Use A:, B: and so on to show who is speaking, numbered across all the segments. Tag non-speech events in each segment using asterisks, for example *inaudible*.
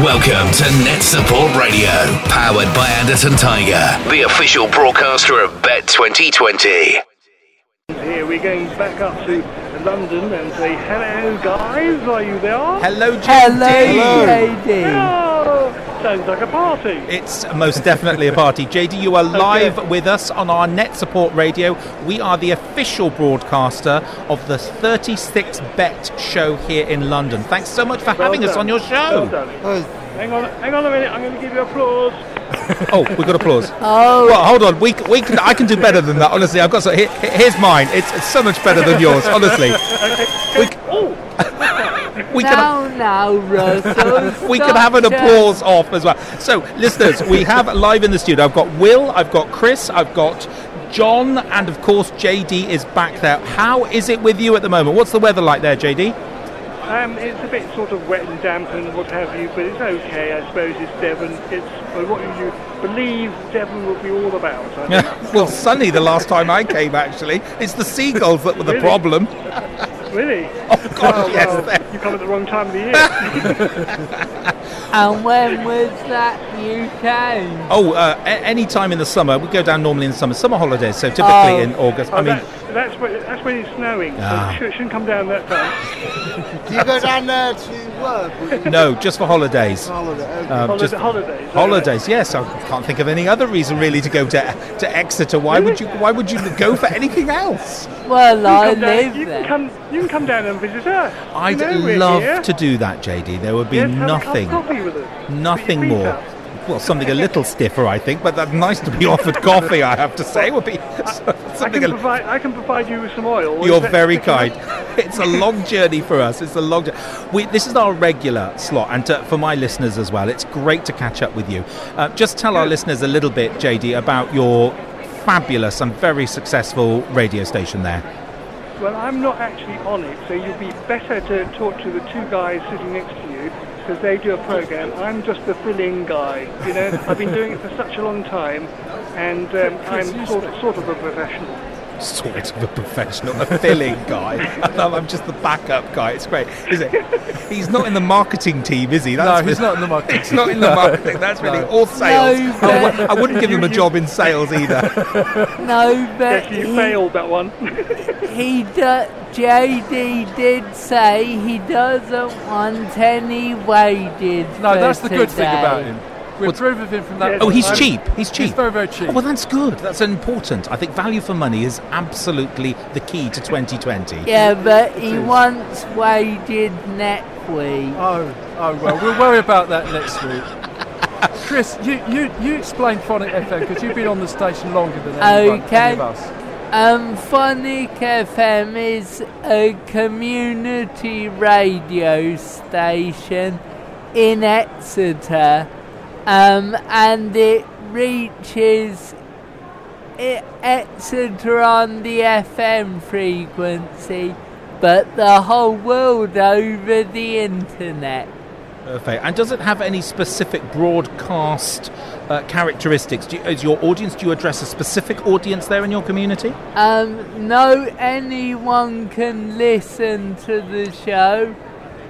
A: Welcome to Net Support Radio, powered by Anderton Tiger, the official broadcaster of Bet 2020.
B: Here we're going back up to London and say hello, guys. Are you there?
C: Hello, JD.
D: Hello, JD.
B: Oh, sounds like a party.
C: It's most definitely a party. JD, you are live with us on our Net Support Radio. We are the official broadcaster of the 36 Bet show here in London. Thanks so much for
B: Well
C: having us
B: done.
C: on your
B: Well
C: show.
B: done. hang on, hang on a minute. I'm going to give you applause.
C: oh, we got applause.
B: *laughs*
D: Oh,
C: Well, hold on. We, c- we can I can do better than that. Honestly, I've got so here, here's mine. It's, it's so much better than yours. Honestly, we, c-
B: Oh,
C: we can
D: now,
E: *laughs*
D: now, Russell.
C: we can have an
D: stop
C: applause off as well. So, listeners, we have *laughs* live in the studio. I've got Will, I've got Chris, I've got John, and of course JD is back there. How is it with you at the moment? What's the weather like there, JD?
B: um, it's a bit sort of wet and damp and what have you, but it's okay. I suppose it's Devon. It's well, what you believe Devon will be all about. I think.
C: well, sunny the last time I came. Actually, it's the seagulls that were the
B: Really?
C: problem. *laughs*
B: really?
C: Oh God, yes. there-
B: you come at the wrong time of the
C: *laughs*
B: year.
D: And when was that you came?
C: Oh, uh, a- any time in the summer. We go down normally in the summer, summer holidays. So typically
D: Oh.
C: in August.
B: Oh,
C: I mean,
B: that's, that's, when, that's when it's snowing.
C: Ah.
B: So sh- shouldn't come down that time.
F: Do you go down there to work? Or you
C: no, just for holidays.
F: holiday? Okay.
C: Um,
B: Holiday,
C: just-
B: holidays.
C: Holidays, yes. I can't think of any other reason really to go to to Exeter. Why would you? Why would you go for anything else?
D: Well,
B: You
D: Oh, I
B: come down-
D: live
B: you
D: there.
B: Can come, you can come down and visit us. You
C: I'd
B: know we're
C: love
B: here.
C: to do that, JD. There would be
B: Yes, have a cup of
C: nothing,
B: coffee with us. Put
C: nothing
B: your feet
C: more.
B: up.
C: Well, something a little stiffer, I think, but that's nice to be *laughs* offered coffee. I have to say, would be
B: I
C: *laughs* something.
B: can,
C: A,
B: provide, I can provide you with some oil.
C: you're
B: Is that-
C: very
B: is that
C: kind. *laughs* It's a long journey for us. It's a long journey. We, this is our regular slot, and to, for my listeners as well, it's great to catch up with you. Uh, just tell our listeners a little bit, JD, about your fabulous and very successful radio station there.
B: Well, I'm not actually on it, so you'd be better to talk to the two guys sitting next to you because they do a program. I'm just the fill-in guy. You
C: *laughs*
B: know, I've been doing it for such a long time, and um, I'm sort sort of a professional.
C: sort of a professional, *laughs* a filling guy. I'm, I'm just the backup guy. It's great, is it? He's not in the marketing team, is he? That's
E: No, he's not in the
C: *laughs*
E: marketing
C: He's not in the marketing. That's really all sales.
D: No,
C: I,
D: but-
C: w- I wouldn't give *laughs* him a job in sales either.
D: No, but
B: Actually, you
D: he,
B: failed that one. *laughs*
D: he do, JD did say he doesn't want any wages.
E: No,
D: for
E: that's the good thing
D: today.
E: about him. We approve of him from that.
B: Yes.
C: Oh, he's
E: I'm-
C: cheap. He's cheap.
E: He's very, very cheap.
C: Oh, well, that's good. That's important. I think value for money is absolutely the key to 2020.
D: Yeah, but he wants wages next week.
E: Oh, oh well, *laughs* we'll worry about that next week. Chris, you, you, you explain Phonic FM because you've been on the station longer than anyone,
D: Okay.
E: any of us.
D: Um, Phonic FM is a community radio station in Exeter, um, and it reaches I- Exeter on the FM frequency, but the whole world over the internet.
C: Perfect. And does it have any specific broadcast uh, characteristics? Do you, is your audience? Do you address a specific audience there in your community?
D: Um, no, anyone can listen to the show,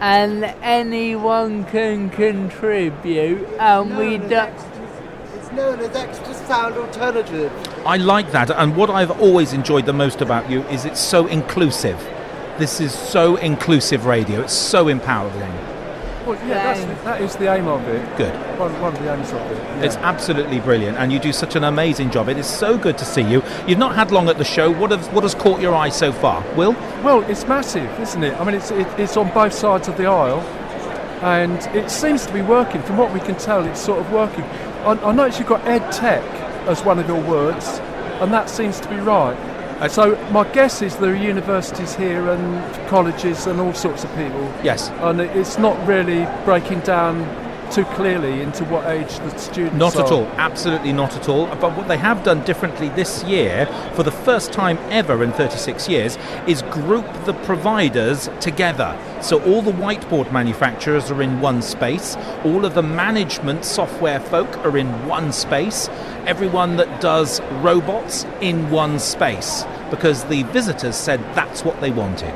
D: and anyone can contribute, and we
F: known as
D: don't.
F: extra- It's known as extra sound alternative.
C: I like that, and what I've always enjoyed the most about you is it's so inclusive. This is so inclusive radio. It's so empowering.
E: Well, yeah, that's, that is the aim of it.
C: Good.
E: One, one of the aims of it. yeah.
C: It's absolutely brilliant, and you do such an amazing job. It is so good to see you. You've not had long at the show. What has what has caught your eye so far? Will?
E: Well, it's massive, isn't it? I mean, it's, it, it's on both sides of the aisle, and it seems to be working. From what we can tell, it's sort of working. I, I noticed you've got ed tech as one of your words, and that seems to be right. So my guess is there are universities here and colleges and all sorts of people,
C: Yes.
E: and it- it's not really breaking down too clearly into what age the students
C: Not at
E: are.
C: all. Absolutely not at all. But what they have done differently this year, for the first time ever in 36 years, is group the providers together. So all the whiteboard manufacturers are in one space, all of the management software folk are in one space, everyone that does robots in one space. Because the visitors said that's what they wanted.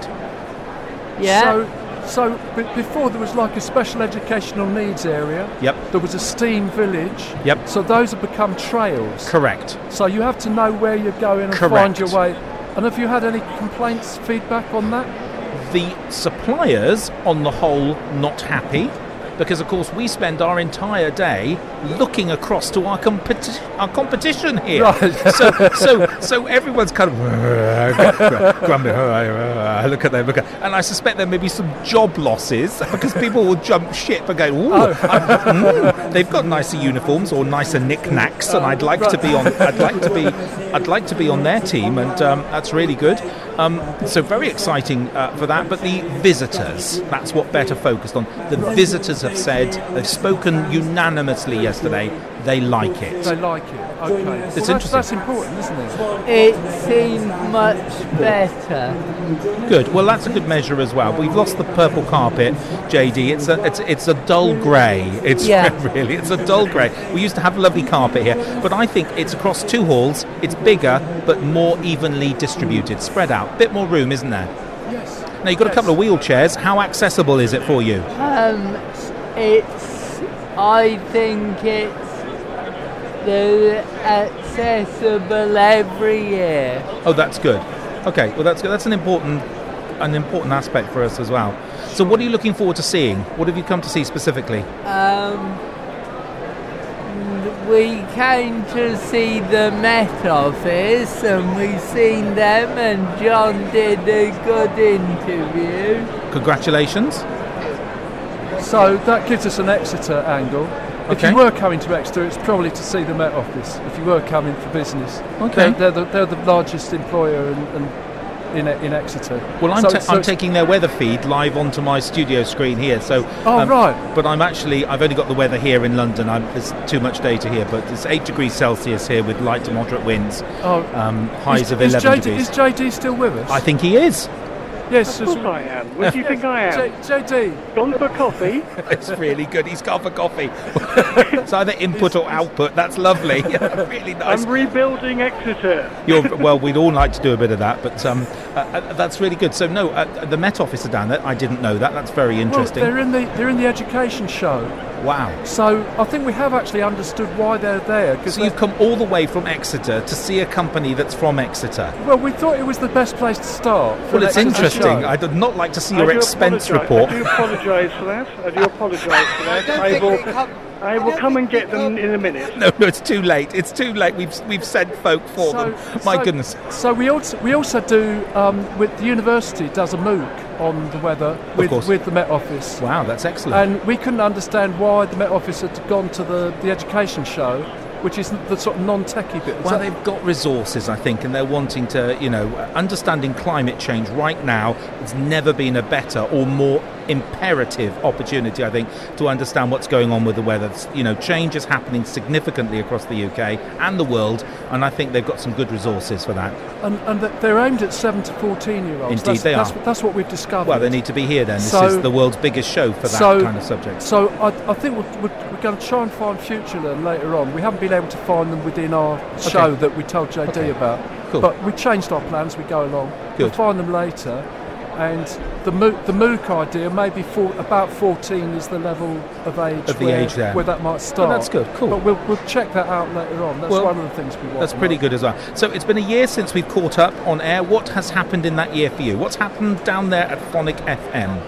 D: Yeah.
E: So, So b- before there was like a special educational needs area.
C: Yep.
E: There was a STEAM village.
C: Yep.
E: So those have become trails.
C: Correct.
E: So you have to know where you're going and
C: Correct.
E: find your way. And have you had any complaints, feedback on that?
C: The suppliers, on the whole, not happy because, of course, we spend our entire day looking across to our, competi- our competition here. so, so, so everyone's kind of grumbling. oh, look at them, look at. And I suspect there may be some job losses *laughs* because people will jump ship and go, "Ooh, I'm- mm, they've got nicer uniforms or nicer knickknacks, and I'd like to be on. I'd like to be. I'd like to be on their team, and um, that's really good. Um, so very exciting uh, for that. But the visitors, that's what Better focused on. The visitors have said they've spoken unanimously yesterday. They like it.
E: They like it. Okay. Well, that's,
C: interesting.
E: that's important, isn't it?
D: It seemed much better.
C: Good. Well, that's a good measure as well. We've lost the purple carpet, JD. It's a it's, it's a dull grey. It's *laughs*
D: Yeah.
C: really it's a dull grey. We used to have lovely carpet here, but I think it's across two halls. It's bigger, but more evenly distributed, spread out. Bit more room, isn't there?
E: Yes.
C: Now you've got a
E: Yes.
C: couple of wheelchairs. How accessible is it for you?
D: Um, it's. I think it's. The accessible every year.
C: Oh, that's good. Okay. Well, that's good. That's an important an important aspect for us as well. So, what are you looking forward to seeing? What have you come to see specifically?
D: Um, we came to see the Met Office and we seen them and John did a good interview.
C: Congratulations.
E: So that gives us an Exeter angle. If
C: Okay.
E: you were coming to Exeter, it's probably to see the Met Office. If you were coming for business,
C: Okay.
E: they're, they're, the, they're the largest employer in, in, in, in Exeter.
C: Well, I'm, ta-
E: So it's- so
C: I'm
E: it's-
C: taking their weather feed live onto my studio screen here. So, um,
E: Oh, right.
C: But I'm actually I've only got the weather here in London. I'm, there's too much data here, but it's eight degrees Celsius here with light to moderate winds,
E: Oh,
C: um, highs
E: is,
C: of
E: is
C: eleven
E: JD,
C: degrees.
E: Is JD still with us?
C: I think he is.
E: yes.
B: Of course I am. What do you think I am?
E: J- JD,
B: Gone for coffee?
C: *laughs* It's really good. He's got for coffee. *laughs* it's either input or output. That's lovely. *laughs* really nice.
B: I'm rebuilding Exeter.
C: You're, well, we'd all like to do a bit of that, but um, uh, uh, that's really good. So, no, uh, the Met Office are down there. I didn't know that. That's very
E: well,
C: interesting.
E: they're in the they're in the education show,
C: wow.
E: so I think we have actually understood why they're there. Because
C: So you've come all the way from Exeter to see a company that's from Exeter.
E: well, we thought it was the best place to start. for
C: Well,
E: an
C: it's
E: Exeter
C: interesting.
E: show.
C: I did not like to see
B: I
C: your
B: do apologise-
C: expense report.
B: I do apologise for that. I do apologise for
F: *laughs*
B: that.
F: don't
B: I
F: think
B: will,
F: we come-
B: I
F: I
B: will
F: don't
B: come and
F: think we
B: get them
F: come-
B: in a minute.
C: *laughs* No, no, it's too late. It's too late. We've we've sent folk for them. My
E: so-
C: goodness.
E: So we also we also do um, with the university does a MOOC on the weather with
C: course.
E: with the Met Office,
C: Wow, that's excellent.
E: and we couldn't understand why the Met Office had gone to the, the education show, which is the sort of non-techie bit. Is
C: well,
E: that-
C: they've got resources, I think, and they're wanting to, you know, understanding climate change right now. It's never been a better or more imperative opportunity, I think, to understand what's going on with the weather. It's- You know, change is happening significantly across the UK and the world, and I think they've got some good resources for that.
E: and, and that they're aimed at seven to fourteen year olds.
C: Indeed
E: that's,
C: they
E: that's,
C: are.
E: what- That's what we've discovered.
C: Well, they need to be here then. This
E: So-
C: is the world's biggest show for that
E: so,
C: kind of subject.
E: So I, I think we're, we're, we're going to try and find FutureLearn later on. We haven't been able to find them within our show that we told JD about.
C: Cool.
E: But we changed our plans. We go along. We'll
C: Good.
E: find them later. And the MOOC, the MOOC idea, maybe for about 14 is the level of age,
C: Of the
E: where,
C: age there.
E: where that might start.
C: that's good, cool.
E: But we'll, we'll check that out later on. That's
C: Well,
E: one of the things we want.
C: That's pretty good as well. So it's been a year since we've caught up on air. What has happened in that year for you? What's happened down there at Phonic FM?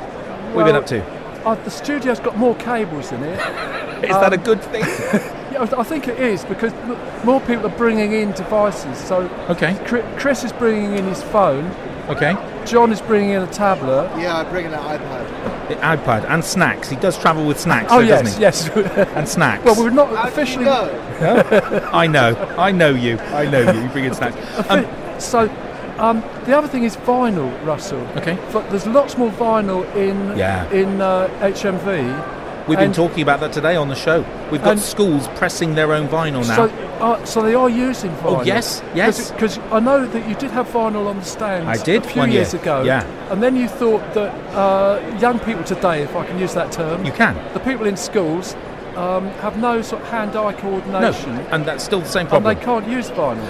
C: What have you been up to?
E: Uh, the studio's got more cables in it. *laughs*
C: Is that a
E: um,
C: good thing?
E: Yeah, I th- I think it is because m- more people are bringing in devices. So
C: okay,
E: Chri- Chris is bringing in his phone.
C: okay.
E: John is bringing in a tablet.
F: Yeah, I bring an iPad.
C: The iPad and snacks. He does travel with snacks,
E: oh
C: though, doesn't
E: yes,
C: he?
E: yes. *laughs* well,
C: And snacks.
E: we're not
F: How do you
E: officially.
F: know?
C: I know. I know you. I know you. You bring
E: *laughs*
C: in snacks. Um,
E: *laughs* So, um, the other thing is vinyl, Russell.
C: Okay.
E: But there's lots more vinyl in
C: Yeah.
E: in uh, HMV.
C: we've been
E: and-
C: talking about that today on the show. We've got
E: and-
C: schools pressing their own vinyl now. Oh,
E: So, uh, so they are using vinyl.
C: yes, yes.
E: Because I know that you did have vinyl on the stands.
C: I did
E: a few
C: one year,
E: years ago.
C: yeah.
E: And then you thought that uh, young people today, if I can use that term,
C: you can.
E: the people in schools um, have no sort of hand-eye
C: No,
E: coordination,
C: and that's still the same
E: and
C: problem.
E: they can't use vinyl.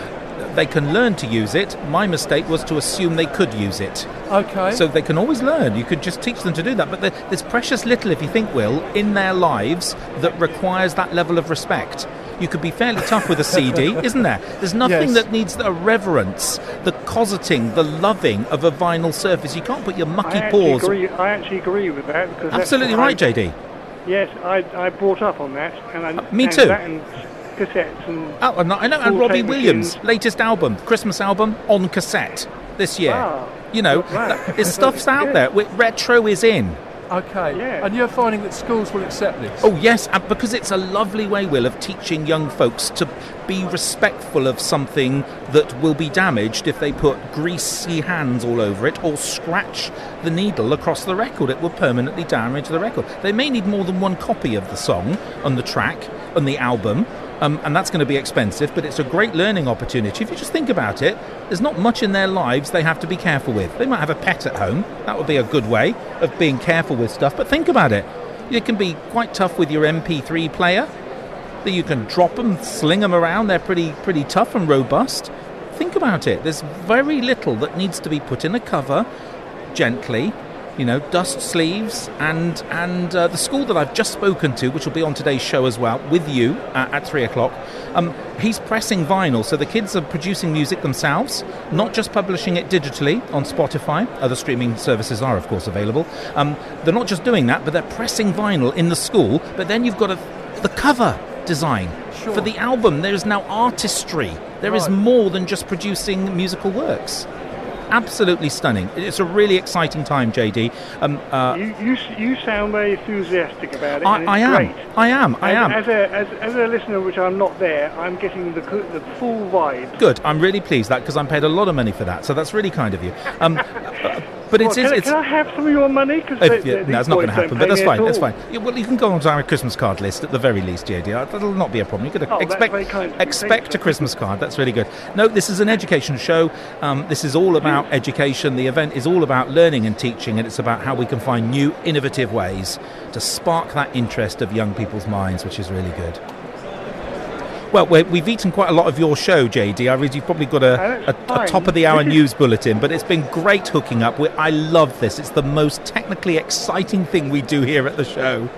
C: They can learn to use it. My mistake was to assume they could use it.
E: Okay.
C: So they can always learn. You could just teach them to do that. But there- there's precious little, if you think, Will, in their lives that requires that level of respect. You could be fairly tough with
B: *laughs*
C: a CD, isn't there? There's nothing
E: Yes.
C: that needs the reverence, the cosseting, the loving of a vinyl surface. You can't put your
B: I
C: mucky
B: actually,
C: paws.
B: agree, I actually agree with that. Because that's
C: Absolutely
B: what
C: right,
B: I-
C: JD.
B: Yes, I, I brought up on that. and I,
C: Uh, me
B: and
C: too.
B: That and cassettes and...
C: Oh, and, I know, and
B: Full
C: Robbie
B: tape
C: Williams'
B: machines.
C: latest album, Christmas album, on cassette this year.
B: Ah,
C: you know,
B: right. *laughs*
C: that- it's stuff's out
B: Good.
C: there. We- Retro is in.
E: okay.
B: Yeah.
E: And you're finding that schools will accept this.
C: Oh, yes, and because it's a lovely way, Will, of teaching young folks to be respectful of something that will be damaged if they put greasy hands all over it or scratch the needle across the record. It will permanently damage the record. They may need more than one copy of the song on the track, on the album. Um, and that's going to be expensive, but it's a great learning opportunity. If you just think about it, there's not much in their lives they have to be careful with. They might have a pet at home. That would be a good way of being careful with stuff. But think about it. You can be quite tough with your MP3 player. That you can drop them, sling them around. They're pretty pretty tough and robust. Think about it. There's very little that needs to be put in a cover, gently. You know, dust sleeves and and uh, the school that I've just spoken to, which will be on today's show as well, with you uh, at three o'clock. Um, he's pressing vinyl, so the kids are producing music themselves, not just publishing it digitally on Spotify. Other streaming services are, of course, available. Um, they're not just doing that, but they're pressing vinyl in the school. But then you've got a, the cover design for the album. There is now artistry. There is
E: Right.
C: more than just producing musical works. Absolutely stunning. It's a really exciting time, JD. Um, uh,
B: You, you, s- you sound very enthusiastic about it.
C: I,
B: and
C: I
B: it's
C: am.
B: Great.
C: I am. I
B: As-
C: am.
B: As a, as, as a listener, which I'm not there, I'm getting the, co- the full vibe.
C: Good. I'm really pleased that because I'm paid a lot of money for that. So that's really kind of you. Um, *laughs* uh, but it
B: Well,
C: is.
B: can, I-
C: it's,
B: can I have some of your money? Because
C: If- yeah, no, it's not going to happen, but that's fine. That's fine. Yeah, well, you can go onto our Christmas card list at the very least, JD. Uh, That'll not be a problem. You're going
B: Oh,
C: to
B: that's
C: expect
B: very kind of you.
C: expect
B: Thank
C: a
B: you.
C: Christmas card. That's really good. No, this is an education show. Um, this is all about education. The event is all about learning and teaching, and it's about how we can find new, innovative ways to spark that interest of young people's minds, which is really good. Well, we- we've eaten quite a lot of your show, JD. I read you've probably got
B: Oh,
C: a,
B: that's
C: a, a
B: fine.
C: top of the hour news bulletin, but it's been great hooking up. We, I love this. It's the most technically exciting thing we do here at the show.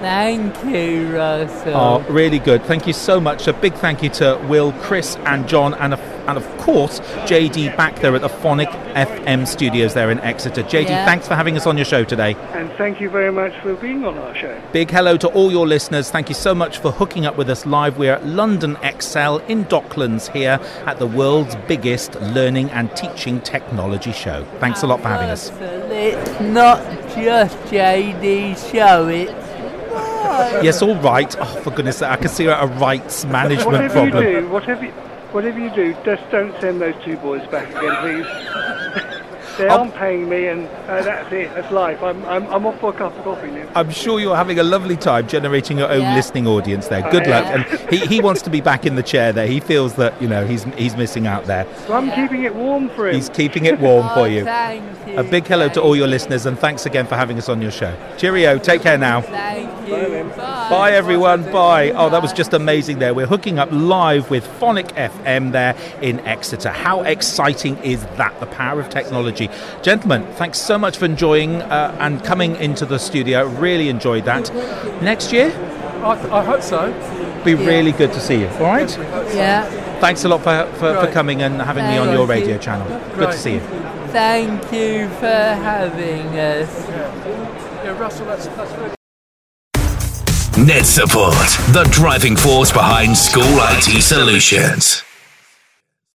D: Thank you, Russell.
C: Oh, really good. Thank you so much. A big thank you to Will, Chris, and John, and, of and of course, JD back there at the Phonic FM studios there in Exeter. JD,
D: Yeah.
C: thanks for having us on your show today.
B: And thank you very much for being on our show.
C: Big hello to all your listeners. Thank you so much for hooking up with us live. We're at London Excel in Docklands here at the world's biggest learning and teaching technology show. Thanks a lot for having us.
D: Russell, It's not just JD
C: *laughs*
D: show, it's
C: Yes, all right. Oh, for goodness sake, I can see we're at a rights management
B: Whatever you
C: problem.
B: do, whatever you, whatever you do, just don't send those two boys back again, please.
C: *laughs*
B: they
C: Oh.
B: aren't paying me, and uh, that's it. That's life. I'm, I'm, I'm off for a cup of coffee now.
C: I'm sure you're having a lovely time generating your own
D: Yeah.
C: listening audience there. Good
B: Yeah.
C: luck. And he, he wants to be back in the chair there. He feels that, you know, he's, he's missing out there.
B: So I'm keeping it warm for him.
C: He's keeping it warm
D: Oh,
C: for you.
D: Thank you.
C: A big hello to all your listeners and thanks again for having us on your show. Cheerio. Take care now.
D: Thank you. Bye.
C: Bye everyone. Bye. Oh, that was just amazing there. We're hooking up live with Phonic FM there in Exeter. How exciting is that? The power of technology. Gentlemen, thanks so much for enjoying uh, and coming into the studio. Really enjoyed that. Next year,
E: I, I hope so.
C: be really good to see you. All right?
D: Yeah.
C: Thanks a lot for, for, for
E: Right.
C: coming and having me on
D: Thank
C: your
D: you.
C: radio channel. Good to
E: Right.
C: see you.
D: Thank you for having us.
E: Yeah, Russell, that's, that's very
A: Net Support, the driving force behind school IT solutions.